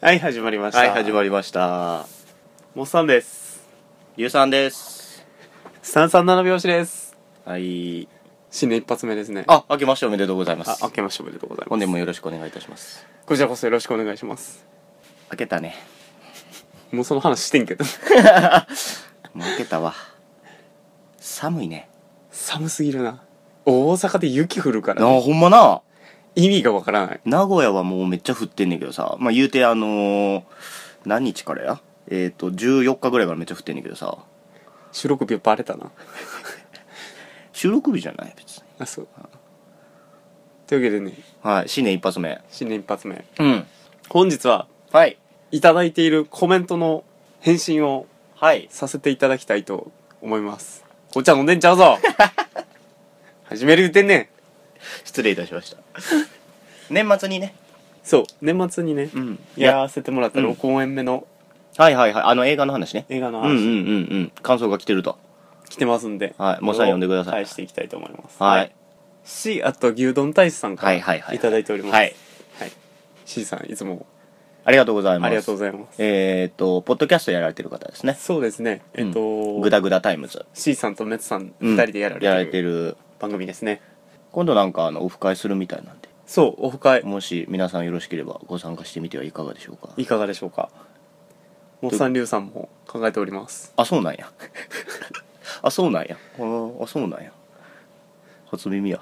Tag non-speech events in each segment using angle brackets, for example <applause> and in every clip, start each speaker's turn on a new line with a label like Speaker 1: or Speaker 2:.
Speaker 1: はい、始まりました。
Speaker 2: はい、始まりました。
Speaker 1: もっさんです。
Speaker 2: ゆうさんです。
Speaker 1: 三三七拍子です。
Speaker 2: はい。
Speaker 1: 新年一発目ですね。
Speaker 2: あ、明けましておめでとうございま
Speaker 1: あ
Speaker 2: す。
Speaker 1: 明けましておめでとうございます。
Speaker 2: 本年もよろしくお願いいたします。
Speaker 1: こちらこそよろしくお願いします。
Speaker 2: 明けたね。
Speaker 1: もうその話してんけど。
Speaker 2: もう明けたわ。寒いね。
Speaker 1: 寒すぎるな。大阪で雪降るか
Speaker 2: あ、
Speaker 1: ら、ね、
Speaker 2: ほんまな。
Speaker 1: 意味がわからない。
Speaker 2: 名古屋はもうめっちゃ降ってんねんけどさ。まあ、言うてあのー何日からやえっ、と、14日ぐらいからめっちゃ降ってんねんけどさ。
Speaker 1: 収録日バレたな。
Speaker 2: 収録日じゃない別に。
Speaker 1: あ、そう。というわけでね、
Speaker 2: はい。新年一発目。
Speaker 1: 新年一発目。
Speaker 2: うん。
Speaker 1: 本日は、
Speaker 2: はい。
Speaker 1: いただいているコメントの返信を
Speaker 2: はい。
Speaker 1: させていただきたいと思います。お茶飲んでんちゃう <laughs> ぞ始める言ってんねん。
Speaker 2: 失礼いたしま <laughs> した。年末にね。
Speaker 1: そう、年末にね、
Speaker 2: ん
Speaker 1: やらせてもらった
Speaker 2: うん
Speaker 1: 6公演目の
Speaker 2: はいはいはい。あの映画の話ね。
Speaker 1: 映画の
Speaker 2: うんうん
Speaker 1: 話
Speaker 2: うんうん。感想が来てると。
Speaker 1: 来てますんで、
Speaker 2: はいもうさん呼んでください
Speaker 1: 返していきたいと思います。
Speaker 2: はい。
Speaker 1: C、あと牛丼大使さんから
Speaker 2: はいはいはい
Speaker 1: いただいております。
Speaker 2: はい。
Speaker 1: はい。C さん、いつも
Speaker 2: ありがとうございます。
Speaker 1: ありがとうございます。
Speaker 2: えっ、と、ポッドキャストやられてる方ですね。
Speaker 1: そうですね、えっと、
Speaker 2: グダグダタイムズ。
Speaker 1: C さんとメツさん
Speaker 2: うん
Speaker 1: 2人でやら
Speaker 2: やら
Speaker 1: れ
Speaker 2: れ
Speaker 1: て
Speaker 2: て
Speaker 1: る
Speaker 2: る。
Speaker 1: 番組ですね。
Speaker 2: 今度なんか、あの、オフ会するみたいなんで、
Speaker 1: そう、オフ会、
Speaker 2: もし皆さんよろしければご参加してみてはいかがでしょうか。
Speaker 1: いかがでしょうか。もっさん、りゅうさんも考えております。
Speaker 2: あ、そうなんや。 <laughs> あ、そうなんや。あー、あそうなんや。初
Speaker 1: <laughs>
Speaker 2: 耳や。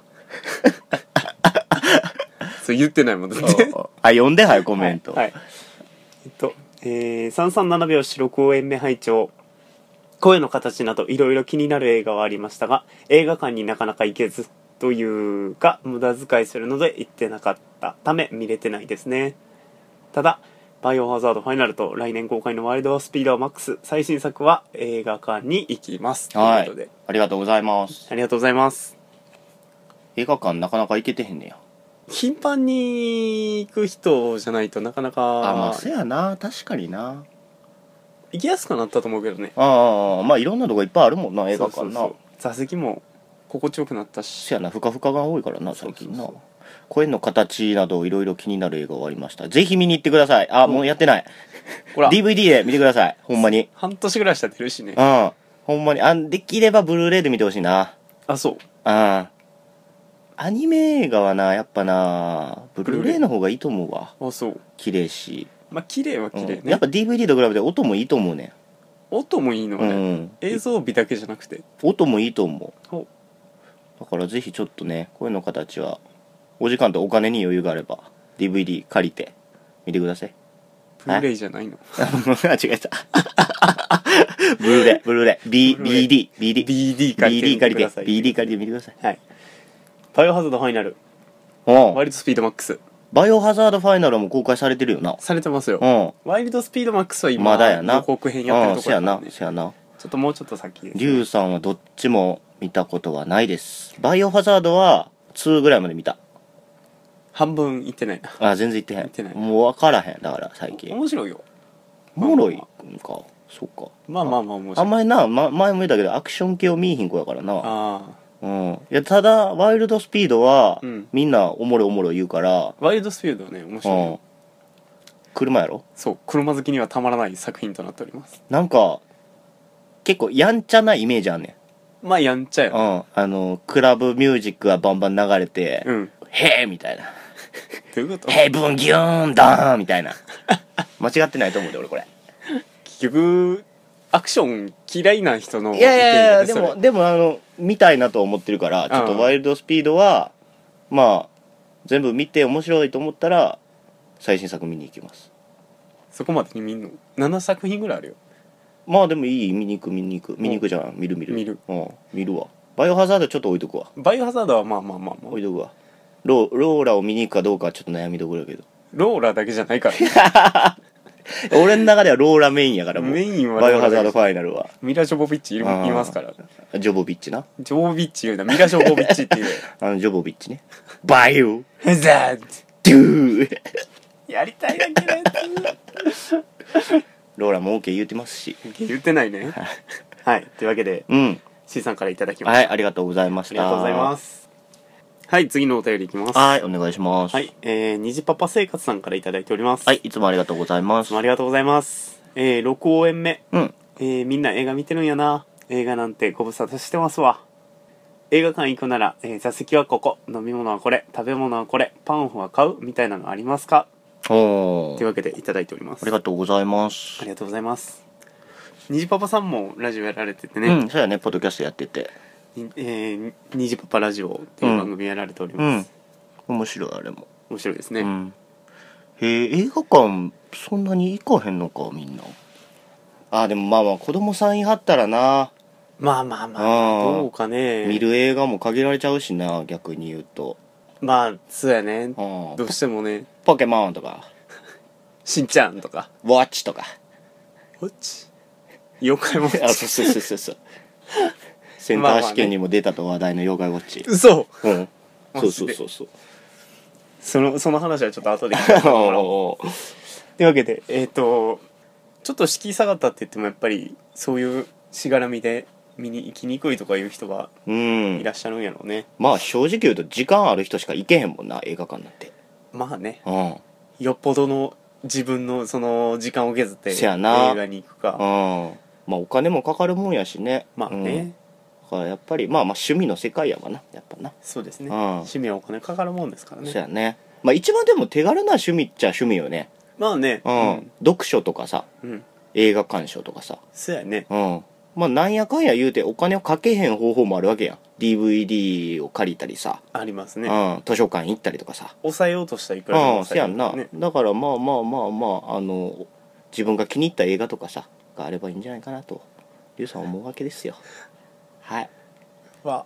Speaker 1: そう言ってないもんだって。
Speaker 2: あ、あ読んではい、コメント。
Speaker 1: はいはいえっと、えー、337秒四六応援目拝聴声の形などいろいろ気になる映画はありましたが映画館になかなか行けずというか無駄遣いするので行ってなかったため見れてないですねただ「バイオハザードファイナル」と来年公開の「ワイルドスピードマックス」最新作は映画館に行きます
Speaker 2: はい
Speaker 1: ということで
Speaker 2: ありがとうございます。
Speaker 1: ありがとうございます
Speaker 2: 映画館なかなか行けてへんねや。
Speaker 1: 頻繁に行く人じゃないとなかな
Speaker 2: あまあ、
Speaker 1: か
Speaker 2: せやな。確かにな。
Speaker 1: 行きやすくなったと思うけどね
Speaker 2: あーあー、まあ、いろんなとこいっぱいあるもんな、映画館な。
Speaker 1: そうそうそう座席も心地よくなったし
Speaker 2: せやなふかふかが多いからな
Speaker 1: そう
Speaker 2: 最
Speaker 1: そうそう
Speaker 2: 近な声の形などいろいろ気になる映画がありましたぜひ見に行ってくださいあ、もうやってない
Speaker 1: ほら
Speaker 2: DVD で見てくださ
Speaker 1: <laughs>
Speaker 2: いほんまに
Speaker 1: 半年ぐらいしたら出るしね
Speaker 2: うんほんまにあできればブルーレイで見てほしいな
Speaker 1: あそう
Speaker 2: うんアニメ映画はなやっぱなブルーレイの方がいいと思うわ
Speaker 1: あそう
Speaker 2: 綺麗し、
Speaker 1: まあ綺麗は
Speaker 2: う
Speaker 1: 綺
Speaker 2: ん
Speaker 1: 麗ね、
Speaker 2: やっぱ DVD と比べて音もいいと思うね
Speaker 1: 音もいいの
Speaker 2: う
Speaker 1: はね、
Speaker 2: ん
Speaker 1: 映像美だけじゃなくて
Speaker 2: 音もいいと思
Speaker 1: お
Speaker 2: うだからぜひちょっとね声の形はお時間とお金に余裕があれば DVD 借りて見てください <laughs>
Speaker 1: ブルーレイじゃないの
Speaker 2: 間違えた <laughs> ブルーレイブルーレイ B
Speaker 1: ブルーレ
Speaker 2: BD
Speaker 1: BD
Speaker 2: BD
Speaker 1: 借り
Speaker 2: BD
Speaker 1: てみ
Speaker 2: 借
Speaker 1: て
Speaker 2: りて
Speaker 1: ください
Speaker 2: BD 借りて見てください
Speaker 1: はいバイオハザードファイナル
Speaker 2: うん
Speaker 1: ワイルドスピードマックス
Speaker 2: バイオハザードファイナルも公開されてるよな
Speaker 1: されてますよ、
Speaker 2: う
Speaker 1: ワイルドスピードマックスは
Speaker 2: ん
Speaker 1: 今
Speaker 2: まだやな
Speaker 1: 予告編やってる
Speaker 2: う
Speaker 1: と
Speaker 2: ん
Speaker 1: こ
Speaker 2: せ
Speaker 1: ろ
Speaker 2: や
Speaker 1: だから
Speaker 2: な
Speaker 1: ね
Speaker 2: せやな
Speaker 1: ちょっともうちょっと先です、
Speaker 2: リュウさんはどっちも見たことはないですバイオハザードは2ぐらいまで見た
Speaker 1: 半分いってないな
Speaker 2: あ全然行ってへん
Speaker 1: 行ってない
Speaker 2: もう分からへんだから最近
Speaker 1: 面白いよ
Speaker 2: おもろいんかそっか
Speaker 1: まあまあまあ面
Speaker 2: あ
Speaker 1: 白い
Speaker 2: んまりな、ま、前も言ったけどアクション系を見いひん子やからな
Speaker 1: あ
Speaker 2: うんいやただワイルドスピードは、
Speaker 1: うん
Speaker 2: みんなおもろいおもろい言うから、
Speaker 1: あワイルドスピードはね面
Speaker 2: う
Speaker 1: 白いよ、
Speaker 2: ん、車やろ
Speaker 1: そう車好きにはたまらない作品となっております
Speaker 2: なんか結構やんちゃなイメージあんね
Speaker 1: まあやんちゃ
Speaker 2: ん、う
Speaker 1: よ。
Speaker 2: ん、あのクラブミュージックがバンバン流れて
Speaker 1: うん。
Speaker 2: 「へえ」みたいな
Speaker 1: というこ
Speaker 2: 「
Speaker 1: と
Speaker 2: ヘブンギューンダーン」み
Speaker 1: <laughs>
Speaker 2: たいな間違ってないと思うで俺これ
Speaker 1: 結局、アクション嫌いな人の意
Speaker 2: いやいやいや
Speaker 1: 見
Speaker 2: で
Speaker 1: それ
Speaker 2: もでもあの見たいなと思ってるからちょっ
Speaker 1: うん
Speaker 2: と「ワイルドスピードは」まあ全部見て面白いと思ったら最新作見に行きます
Speaker 1: そこまでに見んの。7作品ぐらいあるよ。
Speaker 2: まあでもいい見に行く見に行く見に行くじゃん見る見る
Speaker 1: 見る
Speaker 2: うん、見るわバイオハザードちょっと置いとくわ
Speaker 1: バイオハザードはまあまあまあま
Speaker 2: 置
Speaker 1: あ。
Speaker 2: いとくわローローラを見に行くかどうかはちょっと悩みどころやけど
Speaker 1: ローラだけじゃないから。
Speaker 2: 俺の中ではローラメインやからもう
Speaker 1: メインは
Speaker 2: バイオハザ
Speaker 1: ローラ
Speaker 2: ード
Speaker 1: だけ
Speaker 2: ファイナルは
Speaker 1: ミラ・ジョボビッチいるい
Speaker 2: あー
Speaker 1: ますから。
Speaker 2: ジョボビッチな
Speaker 1: ジョボビッチ言うな。ミラ・ジョボビッチっていう。
Speaker 2: あのジョボビッチねバイオ
Speaker 1: ふざ
Speaker 2: ドゥー
Speaker 1: やりたいだけのや
Speaker 2: ローラも OK 言うてますし
Speaker 1: つ。言ってないね。はい。というわけで、
Speaker 2: うん
Speaker 1: C さんからいただきまし
Speaker 2: はいありがとうございました
Speaker 1: ありがとうございます。はい、次のお便りいきます。
Speaker 2: はいお願いします
Speaker 1: はい、えー、にじパパ生活さんからいただいております。
Speaker 2: はい
Speaker 1: い
Speaker 2: いつもありがとうございま
Speaker 1: つ
Speaker 2: す
Speaker 1: もありがとうございます。えー、6応援目。
Speaker 2: うん
Speaker 1: えー、みんな映画見てるんやな。映画なんてご無沙汰してますわ。映画館行くなら、えー座席はここ、飲み物はこれ、食べ物はこれ、パンフは買うみたいなのありますかと
Speaker 2: お
Speaker 1: いう
Speaker 2: ー
Speaker 1: わけでいただいております。
Speaker 2: ありがとうございます
Speaker 1: ありがとうございます。にじパパさんもラジオやられててね、
Speaker 2: うんそうやねポッドキャストやってて
Speaker 1: にえー、にじパパラジオっていう番組やられており
Speaker 2: う
Speaker 1: ま
Speaker 2: ん
Speaker 1: す。
Speaker 2: 面白いあれも
Speaker 1: 面白いですね。
Speaker 2: うんへえ映画館そんなに行かへんのかみんなあーでもまあまあ子供さんいはったらな、
Speaker 1: まあまあまあ、
Speaker 2: うん
Speaker 1: どうかね。
Speaker 2: 見る映画も限られちゃうしな逆に言うと
Speaker 1: まあ、そうやね。
Speaker 2: うん
Speaker 1: どうしてもね、
Speaker 2: ポケモンとか
Speaker 1: しんちゃんとか、
Speaker 2: ウォッチとか
Speaker 1: こっち。妖怪も
Speaker 2: あそうそうそうそう <laughs> そうセンター試験にも出たと話題の妖怪ウォッチ、
Speaker 1: <laughs> 嘘
Speaker 2: うん
Speaker 1: マ
Speaker 2: そう
Speaker 1: ジ
Speaker 2: そ
Speaker 1: で
Speaker 2: うそうそう
Speaker 1: その、その話はちょっと後で聞かせても <laughs> らおう。というわけで、えっ、と、ちょっと敷居下がったって言っても、やっぱり、そういうしがらみで見に行きにくいとかいう人が
Speaker 2: うん
Speaker 1: いらっしゃるんやろうね。
Speaker 2: まあ正直言うと時間ある人しか行けへんもんな映画館なんて
Speaker 1: まあね、
Speaker 2: うん
Speaker 1: よっぽどの自分のその時間を削って
Speaker 2: せやな
Speaker 1: 映画に行くか。
Speaker 2: うんまあお金もかかるもんやしね
Speaker 1: まあね、
Speaker 2: うんだからやっぱりまあまあ趣味の世界やわなやっぱな、
Speaker 1: そうですね。
Speaker 2: うん
Speaker 1: 趣味はお金かかるもんですから
Speaker 2: そう
Speaker 1: ね。
Speaker 2: やねまあ一番でも手軽な趣味っちゃ趣味よね
Speaker 1: まあね、
Speaker 2: うん、読書とかさ
Speaker 1: うん。うん。
Speaker 2: 映画鑑賞とかさ
Speaker 1: そうやね。
Speaker 2: うんまあなんやかんや言うてお金をかけへん方法もあるわけやん DVD を借りたりさ、
Speaker 1: ありますね。
Speaker 2: うん、図書館行ったりとかさ
Speaker 1: 抑えようとしたらいくらでも
Speaker 2: うんせ
Speaker 1: 抑え
Speaker 2: や
Speaker 1: れ
Speaker 2: ん
Speaker 1: るか
Speaker 2: な、
Speaker 1: らね
Speaker 2: だからまあまあまあまああの自分が気に入った映画とかさがあればいいんじゃないかなとリュウさん思うわけですよはい
Speaker 1: <laughs> は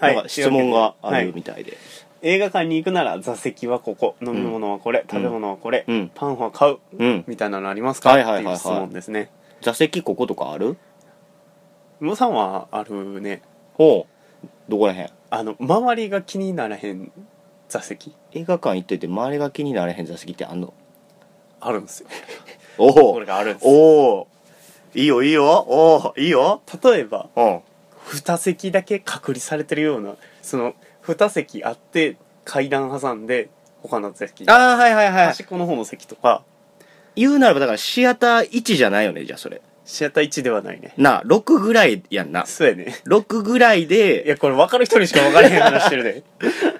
Speaker 2: な
Speaker 1: は
Speaker 2: んか質問がある
Speaker 1: はい
Speaker 2: みたいで、
Speaker 1: 映画館に行くなら座席はここ飲み物はこれ、食べ物はこれ、
Speaker 2: うん
Speaker 1: パンは買う
Speaker 2: うん
Speaker 1: みたいなのありますか、
Speaker 2: はいはいはいはい
Speaker 1: っていう質問ですね
Speaker 2: 座席こことかある
Speaker 1: ムさんはあるね
Speaker 2: ほうどこらへん
Speaker 1: あの周りが気にならへん座席
Speaker 2: 映画館行ってて周りが気になれへん座席ってあんの
Speaker 1: あるんですよ
Speaker 2: お
Speaker 1: こ
Speaker 2: お
Speaker 1: れがあるんですよ
Speaker 2: おおいいよいいよおおいいよ
Speaker 1: 例えば
Speaker 2: うん
Speaker 1: 2席だけ隔離されてるようなその2席あって階段挟んで他の座席
Speaker 2: ああはいはいは
Speaker 1: 端っこの方の席とか
Speaker 2: 言うならばだからシアター1じゃないよねじゃあそれ
Speaker 1: シアター1ではないね
Speaker 2: なあ6ぐらいやんな
Speaker 1: そうやね
Speaker 2: 6ぐらい
Speaker 1: い
Speaker 2: で
Speaker 1: やこれ分かる人にしか分からへん話してるで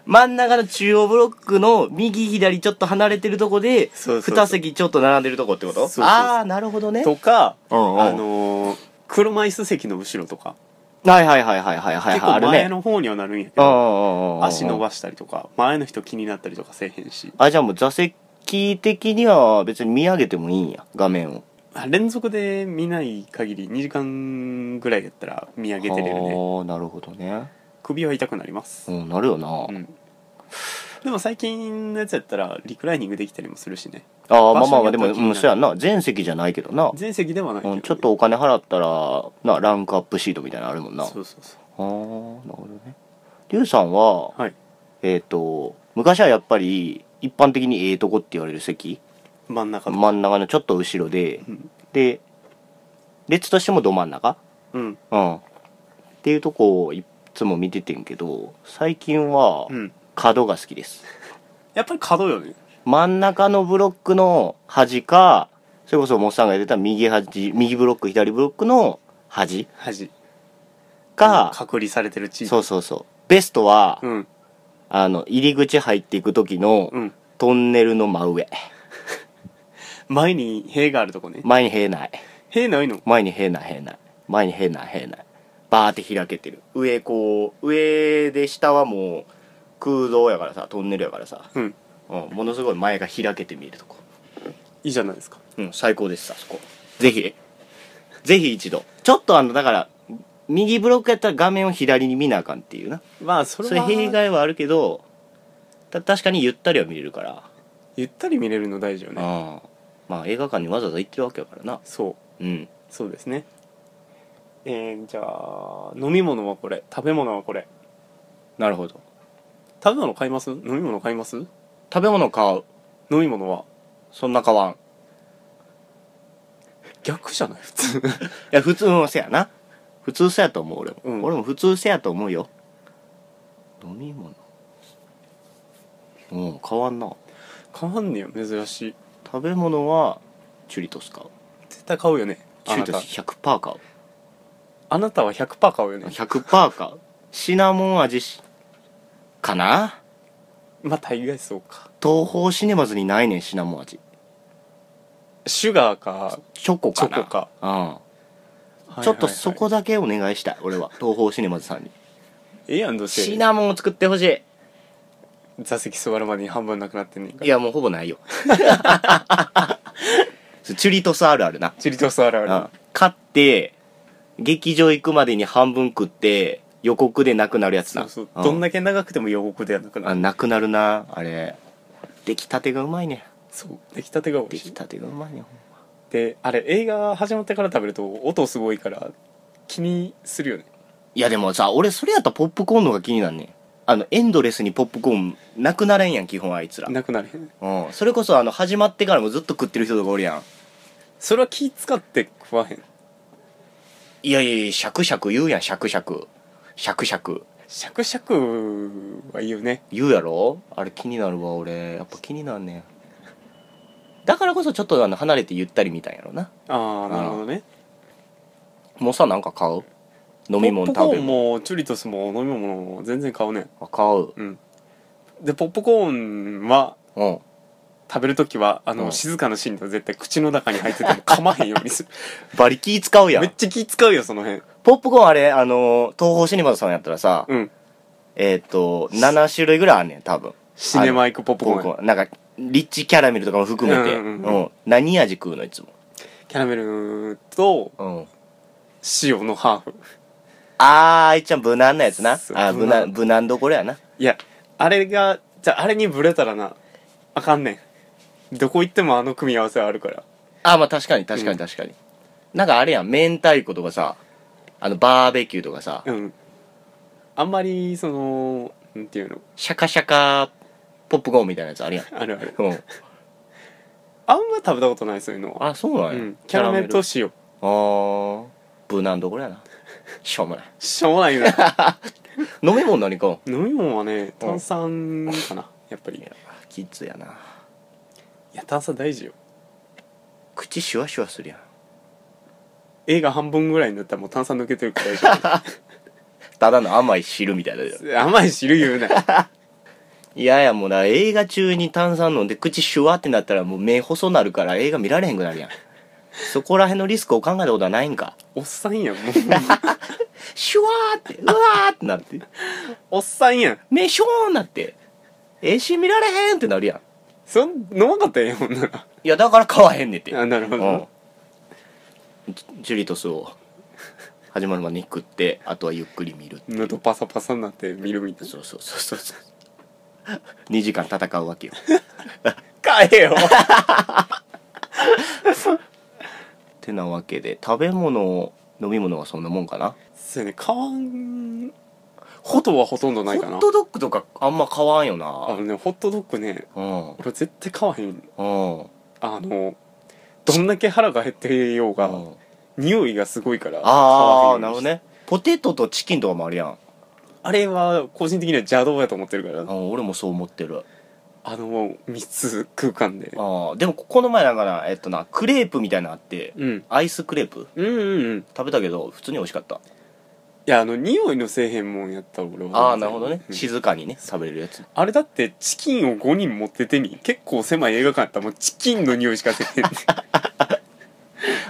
Speaker 2: 真ん中の中央ブロックの右左ちょっと離れてるとこで
Speaker 1: そうそうそう
Speaker 2: 2席ちょっと並んでるとこってこと
Speaker 1: そうそうそう
Speaker 2: ああなるほどね
Speaker 1: とか
Speaker 2: うんうん
Speaker 1: あのー車椅子席の後ろとか
Speaker 2: はいはいはいはいはいはい
Speaker 1: 結
Speaker 2: はい
Speaker 1: 構
Speaker 2: ある
Speaker 1: 前
Speaker 2: ね
Speaker 1: の方にはなるんやけど
Speaker 2: うんうんうんうん
Speaker 1: 足伸ばしたりとか前の人気になったりとかせえへんし
Speaker 2: あじゃあもう座席的には別に見上げてもいいんや画面を
Speaker 1: あ連続で見ない限り2時間ぐらいやったら見上げてれるね
Speaker 2: ああなるほどね
Speaker 1: 首は痛くなります
Speaker 2: うんなるよな、
Speaker 1: うんでも最近のやつやったらリクライニングできたりもするしね
Speaker 2: ああまあ
Speaker 1: 場
Speaker 2: まあ
Speaker 1: 所に
Speaker 2: ま
Speaker 1: よっ
Speaker 2: あで
Speaker 1: ては気になる
Speaker 2: もうんそうやんな全席じゃないけどな、
Speaker 1: 全席ではないけど
Speaker 2: う
Speaker 1: ね、
Speaker 2: ん、ちょっとお金払ったらなランクアップシートみたいなのあるもんなああな
Speaker 1: そ
Speaker 2: る
Speaker 1: うそうそう
Speaker 2: ほどねリュウさんは、
Speaker 1: はい
Speaker 2: えっ、と昔はやっぱり一般的にええとこって言われる席
Speaker 1: 真ん中とか
Speaker 2: 真ん中のちょっと後ろで、
Speaker 1: うん
Speaker 2: で列としてもど真ん中
Speaker 1: うん
Speaker 2: うんっていうとこをいっつも見ててんけど最近は
Speaker 1: うん
Speaker 2: 角が好きです、
Speaker 1: やっぱり角よね
Speaker 2: 真ん中のブロックの端かそれこそモッさんが言ってた右端右ブロック左ブロックの端
Speaker 1: 端
Speaker 2: か、
Speaker 1: 隔離されてる地域
Speaker 2: そうそうそうベストは、
Speaker 1: うん
Speaker 2: あの入り口入っていく時の
Speaker 1: うん
Speaker 2: トンネルの真上
Speaker 1: 前に塀があるとこね
Speaker 2: 前に塀ない
Speaker 1: 塀ないの
Speaker 2: 前に塀ない塀ない前に塀ない塀ないバーって開けてる上こう上で下はもう空洞やからさトンネルやからさ、
Speaker 1: うん
Speaker 2: うん、ものすごい前が開けて見えるとこ
Speaker 1: いいじゃないですか
Speaker 2: うん、最高です、あそこ。ぜひ、ぜひ一度。ちょっとあの、だから、右ブロックやったら画面を左に見なあかんっていうな。
Speaker 1: まあそ
Speaker 2: そ
Speaker 1: れ
Speaker 2: れ
Speaker 1: は
Speaker 2: 弊害はあるけど、た確かにゆったりは見れるから。
Speaker 1: ゆったり見れるの大事よね
Speaker 2: ああまあ映画館にわざわざ行ってるわけやからな。
Speaker 1: そう
Speaker 2: うん。
Speaker 1: そうですねえー、じゃあ飲み物はこれ食べ物はこれ
Speaker 2: なるほど。
Speaker 1: 食べ物買います飲み物買います飲
Speaker 2: 食べ物買う。
Speaker 1: み物は
Speaker 2: そんな買わん。い
Speaker 1: 逆じゃない普通 <laughs>
Speaker 2: や、普通のせやな。普通せやと思う、俺も。
Speaker 1: うん
Speaker 2: 俺も普通せやと思うよ。飲み物うん変わんな
Speaker 1: 変わんねや珍しい
Speaker 2: 食べ物はチュリトス買う
Speaker 1: 絶対買うよね
Speaker 2: チ
Speaker 1: あ
Speaker 2: ュ
Speaker 1: な
Speaker 2: リト
Speaker 1: た
Speaker 2: ス100%買う
Speaker 1: あなたは100%買うよね
Speaker 2: 100%買うシナモン味しかな
Speaker 1: まあ大概そうか
Speaker 2: 東宝シネマズにないねんシナモン味
Speaker 1: シュガーか
Speaker 2: チョコかな
Speaker 1: チョコか
Speaker 2: うんちょっとそこだけお願いしたい俺は東宝シネマズさんに
Speaker 1: ええやんどうせ
Speaker 2: シナモンを作ってほしい
Speaker 1: 座席座るまでに半分なくなってんねんから
Speaker 2: いやもうほ
Speaker 1: <laughs>
Speaker 2: ぼないよ <laughs> チュリトスあるあるな
Speaker 1: チリトースあるあるな
Speaker 2: 買って劇場行くまでに半分食って予告でなくなるやつ
Speaker 1: そ
Speaker 2: な
Speaker 1: うそう
Speaker 2: うん
Speaker 1: どんだけ長くても予告ではなくな
Speaker 2: あ
Speaker 1: る
Speaker 2: なくなるなあれ出来たてがうまいね
Speaker 1: そう出来たてが美
Speaker 2: 出
Speaker 1: 味
Speaker 2: 来
Speaker 1: しい
Speaker 2: たてがうまいね
Speaker 1: であれ映画始まってから食べると音すごいから気にするよね
Speaker 2: いやでもさ俺それやったらポップコーンの方が気になんねんあのエンドレスにポップコーンなくなれんやん基本あいつら、
Speaker 1: なくなるへん
Speaker 2: うん、それこそあの始まってからもずっと食ってる人とかおるやん
Speaker 1: それは気使って食わへん
Speaker 2: いやいやいやシャクシャク言うやんシャクシャクシャクシャク
Speaker 1: シャクシャクは言うね
Speaker 2: 言うやろあれ気になるわ俺やっぱ気になんねんだからこそちょっとあの離れてゆったり見たんやろな
Speaker 1: ああなるほどね
Speaker 2: もうさなんか買う飲み
Speaker 1: ポ
Speaker 2: 物
Speaker 1: ッ
Speaker 2: 食
Speaker 1: プコ
Speaker 2: べ
Speaker 1: ーン
Speaker 2: 物
Speaker 1: もチュリトスも飲み物も全然買うねん
Speaker 2: あ買う
Speaker 1: うんでポップコーンは
Speaker 2: うん
Speaker 1: 食べる時はあの、
Speaker 2: うん
Speaker 1: 静かなシーンと絶対口の中に入ってても噛まへんようにす
Speaker 2: <laughs>
Speaker 1: る
Speaker 2: バリキー使うや
Speaker 1: めっ
Speaker 2: ん
Speaker 1: ちゃ気使うよその辺
Speaker 2: ポップコーンあれあの東宝シネマズさんやったらさ、
Speaker 1: うん
Speaker 2: えっ、と7種類ぐらいあんねん多分
Speaker 1: シネマイクポップ
Speaker 2: ポッ
Speaker 1: コ
Speaker 2: プ
Speaker 1: ーン
Speaker 2: コーンなんかリッチキャラメルとかも含めて、
Speaker 1: う
Speaker 2: うんん
Speaker 1: うんうん
Speaker 2: 何味食うのいつも、
Speaker 1: キャラメルと
Speaker 2: うん、
Speaker 1: 塩のハーフ
Speaker 2: あーあいちゃん無難なやつなあ
Speaker 1: そう
Speaker 2: ー無難無難どころやない
Speaker 1: やあれがじゃああれにブレたらなあかんねんどこ行ってもあの組み合わせはあるから
Speaker 2: あまあ確かに確かに確かに、なんかあれやん明太子とかさあのバーベキューとかさ、
Speaker 1: うんあんまりそのなんていうの
Speaker 2: シャカシャカポップコーンみたいなやつあるやん、
Speaker 1: あるある
Speaker 2: うん、
Speaker 1: あんま食べたことないそういうのは
Speaker 2: あそうなん
Speaker 1: う
Speaker 2: や、
Speaker 1: んキャラメルと塩
Speaker 2: あー無難どころやなしょうもない
Speaker 1: しょうもない
Speaker 2: <laughs>
Speaker 1: な
Speaker 2: 飲み物何買おう
Speaker 1: 飲み物はね炭酸かなやっぱりい
Speaker 2: いやキッズやな
Speaker 1: や炭酸大事よ
Speaker 2: 口シュワシュワするやん
Speaker 1: 映画半分ぐらいになったらもう炭酸抜けてるから
Speaker 2: <laughs>
Speaker 1: 大丈
Speaker 2: ただの甘い汁みたいな
Speaker 1: 夫甘い汁言うな
Speaker 2: いやいやもうな映画中に炭酸飲んで口シュワってなったらもう目細なるから映画見られへんくなるやんそこら辺のリスクを考えたことはないんか
Speaker 1: おっさんやんもう
Speaker 2: シュワーってうわーってなって
Speaker 1: おっさんやん
Speaker 2: 目ショーンなってえし見られへんってなるやん
Speaker 1: そん飲まんかったらええやんほんなら
Speaker 2: いやだから買わへんねんて
Speaker 1: あなるほど
Speaker 2: うんジュジュリトスを始まるまでに食ってあとはゆっくり見るっていう
Speaker 1: 喉パサパサになって見るみたいな
Speaker 2: そうそうそう <laughs> そうそう2時間戦うわけよっ
Speaker 1: 帰えよ
Speaker 2: てなわけで食べ物飲み物はそんなもんかな
Speaker 1: そうやね買わんことはほとんどないか
Speaker 2: ホ
Speaker 1: な
Speaker 2: ットドッグとかあんま買わんよ
Speaker 1: あの
Speaker 2: な
Speaker 1: ねホットドッグね
Speaker 2: うん
Speaker 1: 俺絶対買わへん
Speaker 2: うん
Speaker 1: あのどんだけ腹が減ってようが、
Speaker 2: うん
Speaker 1: 匂いがすごいから
Speaker 2: ああ
Speaker 1: 買わへん
Speaker 2: な
Speaker 1: よ
Speaker 2: る
Speaker 1: う
Speaker 2: ほど
Speaker 1: に
Speaker 2: ねポテトとチキンとかもあるやん、
Speaker 1: あれは個人的には邪道やと思ってるから
Speaker 2: うん、俺もそう思ってる
Speaker 1: あの密つ空間で
Speaker 2: あーでもここの前なんかなえっとなクレープみたいなのあって
Speaker 1: うん
Speaker 2: アイスクレープ
Speaker 1: うんうんうんい
Speaker 2: 食べたけど普通に美味しかった
Speaker 1: やあの匂いのせえへんもんやったら俺は
Speaker 2: ああなるほどね、
Speaker 1: うん
Speaker 2: 静かにね食べれるやつ
Speaker 1: あれだってチキンを5人持っててみ結構狭い映画館やったらもうチキンの匂いしかせえへん
Speaker 2: <laughs>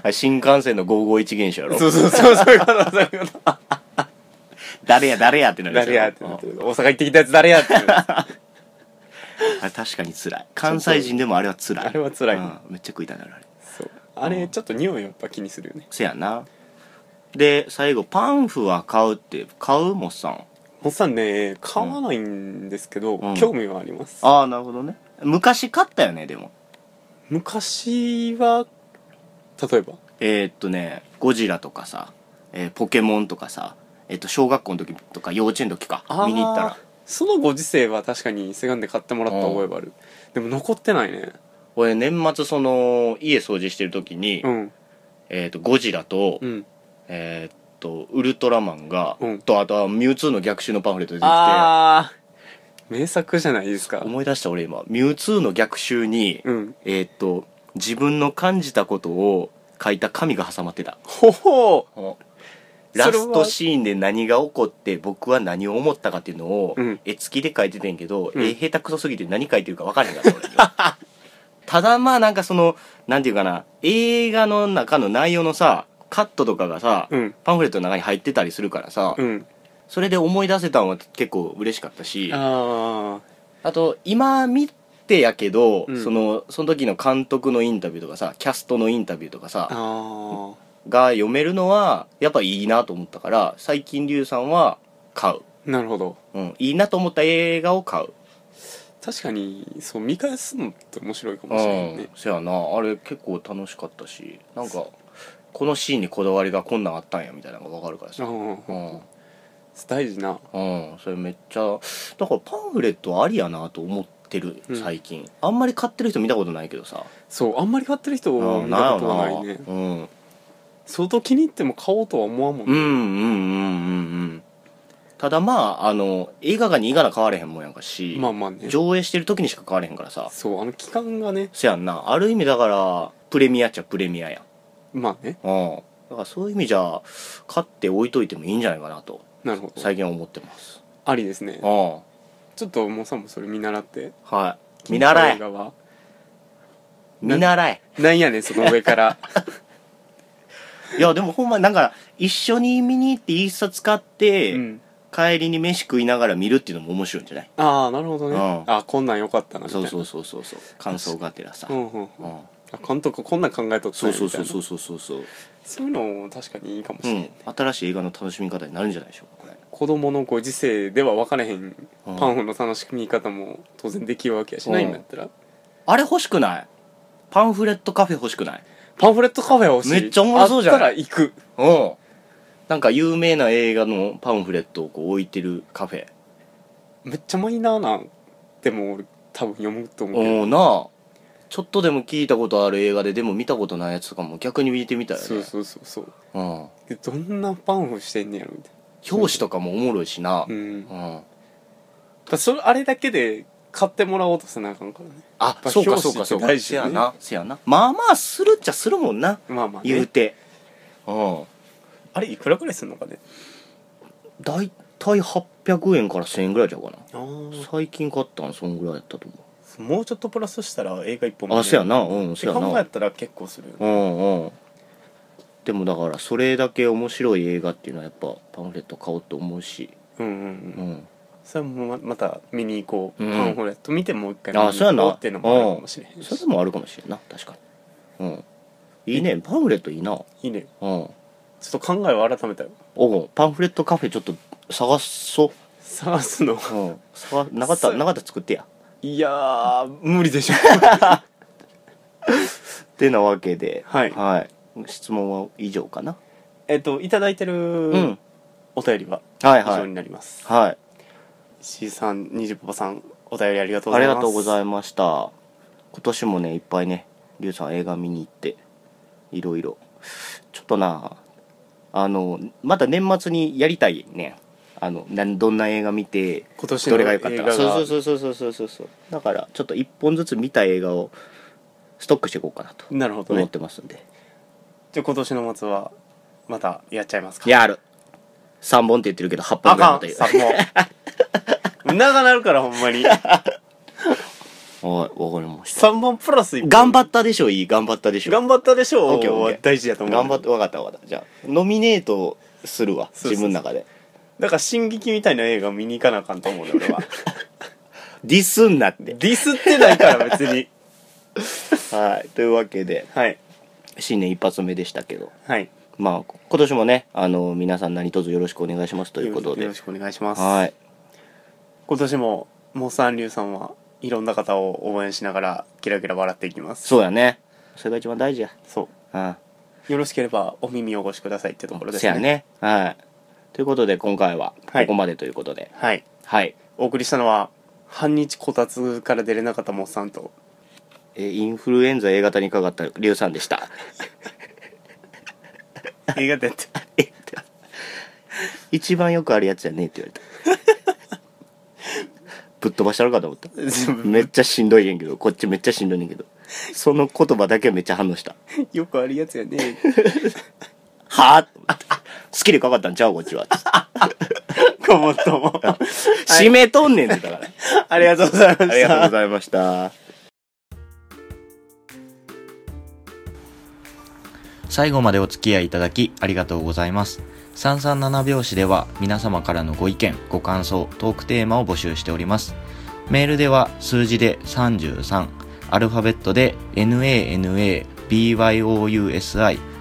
Speaker 2: あ新幹線の551現象やろ
Speaker 1: そうそうそうそういうことそういうこと
Speaker 2: 誰や誰やってなるやつ
Speaker 1: 誰やって
Speaker 2: ろ
Speaker 1: なってる大阪行ってきたやつ誰やって <laughs> なってる
Speaker 2: うんあれ確かに辛い関西人でもあれは辛い
Speaker 1: あれは辛い
Speaker 2: うんめっちゃ食いたいなるあれ
Speaker 1: そうあれちょっと匂いやっぱ気にするよね
Speaker 2: せやなで最後パンフは買うって買うもっさん
Speaker 1: おっさんね買わないんですけど、
Speaker 2: うん
Speaker 1: 興味はあります
Speaker 2: ああなるほどね昔買ったよねでも
Speaker 1: 昔は例えば
Speaker 2: えーっとねゴジラとかさ、えーポケモンとかさえーっと小学校の時とか幼稚園の時か見に行った
Speaker 1: あー
Speaker 2: ら
Speaker 1: そのご時世は確かにセガンで買ってもらった覚えはある、でも残ってないね
Speaker 2: 俺年末その家掃除してる時に、
Speaker 1: うん
Speaker 2: えーっとゴジラと、
Speaker 1: うん
Speaker 2: えーっとウルトラマンが、
Speaker 1: うん
Speaker 2: とあとはミュウツーの逆襲のパンフレット出てきて
Speaker 1: ああ名作じゃないですか
Speaker 2: 思い出した俺今ミュウツーの逆襲に、
Speaker 1: うん
Speaker 2: えーっと自分の感じたことを書いた紙が挟まってた
Speaker 1: ほほ
Speaker 2: ラストシーンで何が起こって僕は何を思ったかっていうのを、
Speaker 1: うん
Speaker 2: 絵付きで書いててんけど、
Speaker 1: うん
Speaker 2: 絵下手くそすぎて何書いてるか分からへんかった俺には
Speaker 1: <laughs>
Speaker 2: ただまあなんかそのなんていうかな映画の中の内容のさカットとかがさ、
Speaker 1: うん
Speaker 2: パンフレットの中に入ってたりするからさ、
Speaker 1: うん
Speaker 2: それで思い出せたのは結構嬉しかったしあ
Speaker 1: あ
Speaker 2: と今見てやけど、
Speaker 1: うん
Speaker 2: そのその時の監督のインタビューとかさキャストのインタビューとかさ
Speaker 1: ああ
Speaker 2: が読めるのはやっぱいいなと思ったから最近龍さんは買う、
Speaker 1: あなるほど
Speaker 2: うん、いいなと思った映画を買う
Speaker 1: 確かにそう見返すのって面白いか
Speaker 2: う
Speaker 1: もしれない
Speaker 2: ん
Speaker 1: ね
Speaker 2: そやなあれ結構楽しかったしなんかこのシーンにこだわりがこんなんあったんやみたいなのが分かるから
Speaker 1: あ
Speaker 2: さう
Speaker 1: あ
Speaker 2: ん、う、
Speaker 1: 大事なん
Speaker 2: それめっちゃだからパンフレットありやなと思ってる
Speaker 1: うん
Speaker 2: 最近、あんまり買ってる人見たことないけどさ
Speaker 1: そうあんまり買ってる人は
Speaker 2: う
Speaker 1: 見
Speaker 2: ん
Speaker 1: た
Speaker 2: な
Speaker 1: こ
Speaker 2: ん
Speaker 1: と
Speaker 2: やろ
Speaker 1: は
Speaker 2: な
Speaker 1: ないね
Speaker 2: うん
Speaker 1: 相当気に入っても買おうとは思わんもん
Speaker 2: うんう
Speaker 1: ね
Speaker 2: んうんうんうんただまああの映画館に映画な買われへんもんやんかし
Speaker 1: まあまあね
Speaker 2: 上映してる時にしか買われへんからさ
Speaker 1: そうあの期間がね
Speaker 2: そやんなある意味だからプレミアっちゃプレミアやん
Speaker 1: まあね
Speaker 2: うんだからそういう意味じゃ買って置いといてもいいんじゃないかなと
Speaker 1: なるほど
Speaker 2: 最近は思ってます
Speaker 1: ありですね
Speaker 2: うん
Speaker 1: ちょっともうさんもそれ見習って
Speaker 2: はい見習
Speaker 1: 映
Speaker 2: え
Speaker 1: 画は
Speaker 2: 見習え
Speaker 1: なんやねんその上から
Speaker 2: <laughs> いやでもほんまなんか一緒に見に行って一冊買っ
Speaker 1: う
Speaker 2: て
Speaker 1: ん
Speaker 2: 帰りに飯食いながら見るっていうのも面白いんじゃない
Speaker 1: ああなるほどね
Speaker 2: うん
Speaker 1: あこんなんよかったなみたい
Speaker 2: そ
Speaker 1: な
Speaker 2: うそうそうそうそう感想がてらさ
Speaker 1: う
Speaker 2: うん
Speaker 1: んうんあ監督こんなん考えとったん
Speaker 2: そう
Speaker 1: や
Speaker 2: そう
Speaker 1: みたい
Speaker 2: そう
Speaker 1: な
Speaker 2: そうそうそうそう
Speaker 1: そういうのも確かにいいかもし
Speaker 2: う
Speaker 1: れない
Speaker 2: ん新しい映画の楽しみ方になるんじゃないでしょうかこれ
Speaker 1: 子供のご時世では分からへん
Speaker 2: うん
Speaker 1: パンフの楽しみ方も当然できるわけやしな
Speaker 2: うん
Speaker 1: 今やったら
Speaker 2: あれ欲しくないパンフレットカフェ欲しくない
Speaker 1: パンフレットカフェは欲しい
Speaker 2: めっちゃおもろそうじゃ
Speaker 1: あった
Speaker 2: ない
Speaker 1: ら行く
Speaker 2: うんなんか有名な映画のパンフレットをこう置いてるカフェ
Speaker 1: めっちゃマイナーなんでも俺多分読むと思う
Speaker 2: お
Speaker 1: け
Speaker 2: おなあちょっとでも聞いたことある映画ででも見たことないやつとかも逆に見てみた
Speaker 1: ど
Speaker 2: いよね
Speaker 1: そうそうそうそう
Speaker 2: うん
Speaker 1: でどんなパンフしてんねやろみたい
Speaker 2: 表紙とかもおもろいしな
Speaker 1: なうんだ
Speaker 2: うん、
Speaker 1: からそれあれだけで買ってもらおうとせなあかんからね
Speaker 2: あ
Speaker 1: ぱ
Speaker 2: そうかそうかそ
Speaker 1: 表紙っ
Speaker 2: う
Speaker 1: て大
Speaker 2: か
Speaker 1: 事
Speaker 2: せ
Speaker 1: よ
Speaker 2: や
Speaker 1: ね
Speaker 2: なせやなまあまあするっちゃするもんな
Speaker 1: まあまあ
Speaker 2: 言う
Speaker 1: ね
Speaker 2: てうん
Speaker 1: あれいくらぐらいするのかね
Speaker 2: 大体800円から1000円ぐらいちゃうかな
Speaker 1: ああ
Speaker 2: 最近買ったのそんぐらいやったと思
Speaker 1: もうちょっとプラスしたら映画一本
Speaker 2: うあせや
Speaker 1: っ
Speaker 2: なうん
Speaker 1: て
Speaker 2: せやな
Speaker 1: 考えたら結構するよね
Speaker 2: うんうんでもだからそれだけ面白い映画っていうのはやっぱパンフレット買おうと思うし、
Speaker 1: うんうんうん
Speaker 2: うん、
Speaker 1: それもままた見に行こう、
Speaker 2: うん
Speaker 1: パンフレット見てもう一回見
Speaker 2: あ
Speaker 1: に
Speaker 2: そうや
Speaker 1: 行
Speaker 2: な
Speaker 1: こうっていうのもあるかもしれへん
Speaker 2: それ
Speaker 1: し
Speaker 2: でもあるかもしれんな確かにうんいいねパンフレットいいなうん
Speaker 1: いいね
Speaker 2: お
Speaker 1: ちょっと考えを改めたよ
Speaker 2: うパンフレットカフェちょっと探そ
Speaker 1: 探すの
Speaker 2: う、うん、探なかった
Speaker 1: そう
Speaker 2: なかったら作ってや
Speaker 1: <laughs> いやー無理で
Speaker 2: <laughs>
Speaker 1: しょ
Speaker 2: てなわけでは
Speaker 1: はい
Speaker 2: 質問は以上かな
Speaker 1: えっといただいて
Speaker 2: う
Speaker 1: るお便りは
Speaker 2: はい
Speaker 1: 以
Speaker 2: は
Speaker 1: 上に
Speaker 2: い
Speaker 1: なります、
Speaker 2: はい
Speaker 1: 石井さんにじパパさんお便りありがとうご
Speaker 2: あ
Speaker 1: ざ
Speaker 2: り
Speaker 1: います
Speaker 2: がとうございました今年もねいっぱいねりゅうさん映画見に行っていろいろちょっとなあのまた年末にやりたいねあのなんどんな映画見て
Speaker 1: 今年の
Speaker 2: どれが良かった
Speaker 1: 映
Speaker 2: か
Speaker 1: 画
Speaker 2: そうそうそうそうそうそうそうだからちょっと1本ずつ見た映画をストックしていこうかなと
Speaker 1: なるほど
Speaker 2: 思っ
Speaker 1: ね
Speaker 2: てますんで
Speaker 1: じゃあ今年の末はまたやっちゃいますか
Speaker 2: やる3本って言ってるけど8本
Speaker 1: あ
Speaker 2: ぐらい
Speaker 1: か
Speaker 2: ま
Speaker 1: ん
Speaker 2: た言う
Speaker 1: さもう長なるからほんまに
Speaker 2: <laughs> はいわかりました
Speaker 1: 3本プラス1本
Speaker 2: 頑張ったでしょいい頑張ったでしょ
Speaker 1: 頑張ったでしょ
Speaker 2: オッケーオッケー
Speaker 1: 大事やと思う
Speaker 2: 頑張ってわかったわかったじゃあノミネートするわ
Speaker 1: そうそうそう
Speaker 2: 自分の中で
Speaker 1: だから進撃みたいな映画見に行かなあかんと思うね俺
Speaker 2: <laughs>
Speaker 1: は
Speaker 2: ディスんなっ
Speaker 1: デ
Speaker 2: て
Speaker 1: ィスってないから別に
Speaker 2: はいというわけで
Speaker 1: はい
Speaker 2: 新年一発目でしたけど
Speaker 1: はい
Speaker 2: まあこ今年もねあの皆さん何卒よろしくお願いしますということ
Speaker 1: よ
Speaker 2: で
Speaker 1: ろしくお願いします、
Speaker 2: はい
Speaker 1: 今年もモスアンリュウさんはいろんな方を応援しながらキラキラ笑っていきます
Speaker 2: そうやねそれが一番大事や
Speaker 1: そう
Speaker 2: うん
Speaker 1: よろしければお耳をお越しくださいってところです
Speaker 2: せやねはいということで今回は
Speaker 1: は
Speaker 2: こ
Speaker 1: い
Speaker 2: こまでということで
Speaker 1: はい
Speaker 2: はい、
Speaker 1: お送りしたのは半日こたつから出れなかったモスさんと
Speaker 2: えーインフルエンザ A 型にかかったリュウさんでした <laughs>
Speaker 1: 映画でやって
Speaker 2: 一番よくあるやつやねって言われた <laughs> ぶっ飛ばしたのかと思っためっちゃしんどいやんけどこっちめっちゃしんどいねんけどその言葉だけめっちゃ反応した
Speaker 1: よくあるやつやね
Speaker 2: はあ好きでかかったんちゃうこっちは
Speaker 1: ごもっとも
Speaker 2: 締めとんねんってだから
Speaker 1: ありがとうございました
Speaker 2: <laughs> ありがとうございました
Speaker 3: 最後までお付き合いいただきありがとうございます。337拍子では皆様からのご意見、ご感想、トークテーマを募集しております。メールでは数字で33、アルファベットで nanabyousi、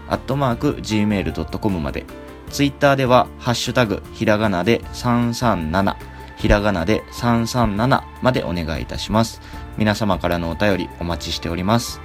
Speaker 3: アットマーク gmail.com まで。ツイッターではハッシュタグ、ひらがなで337、ひらがなで337までお願いいたします。皆様からのお便りお待ちしております。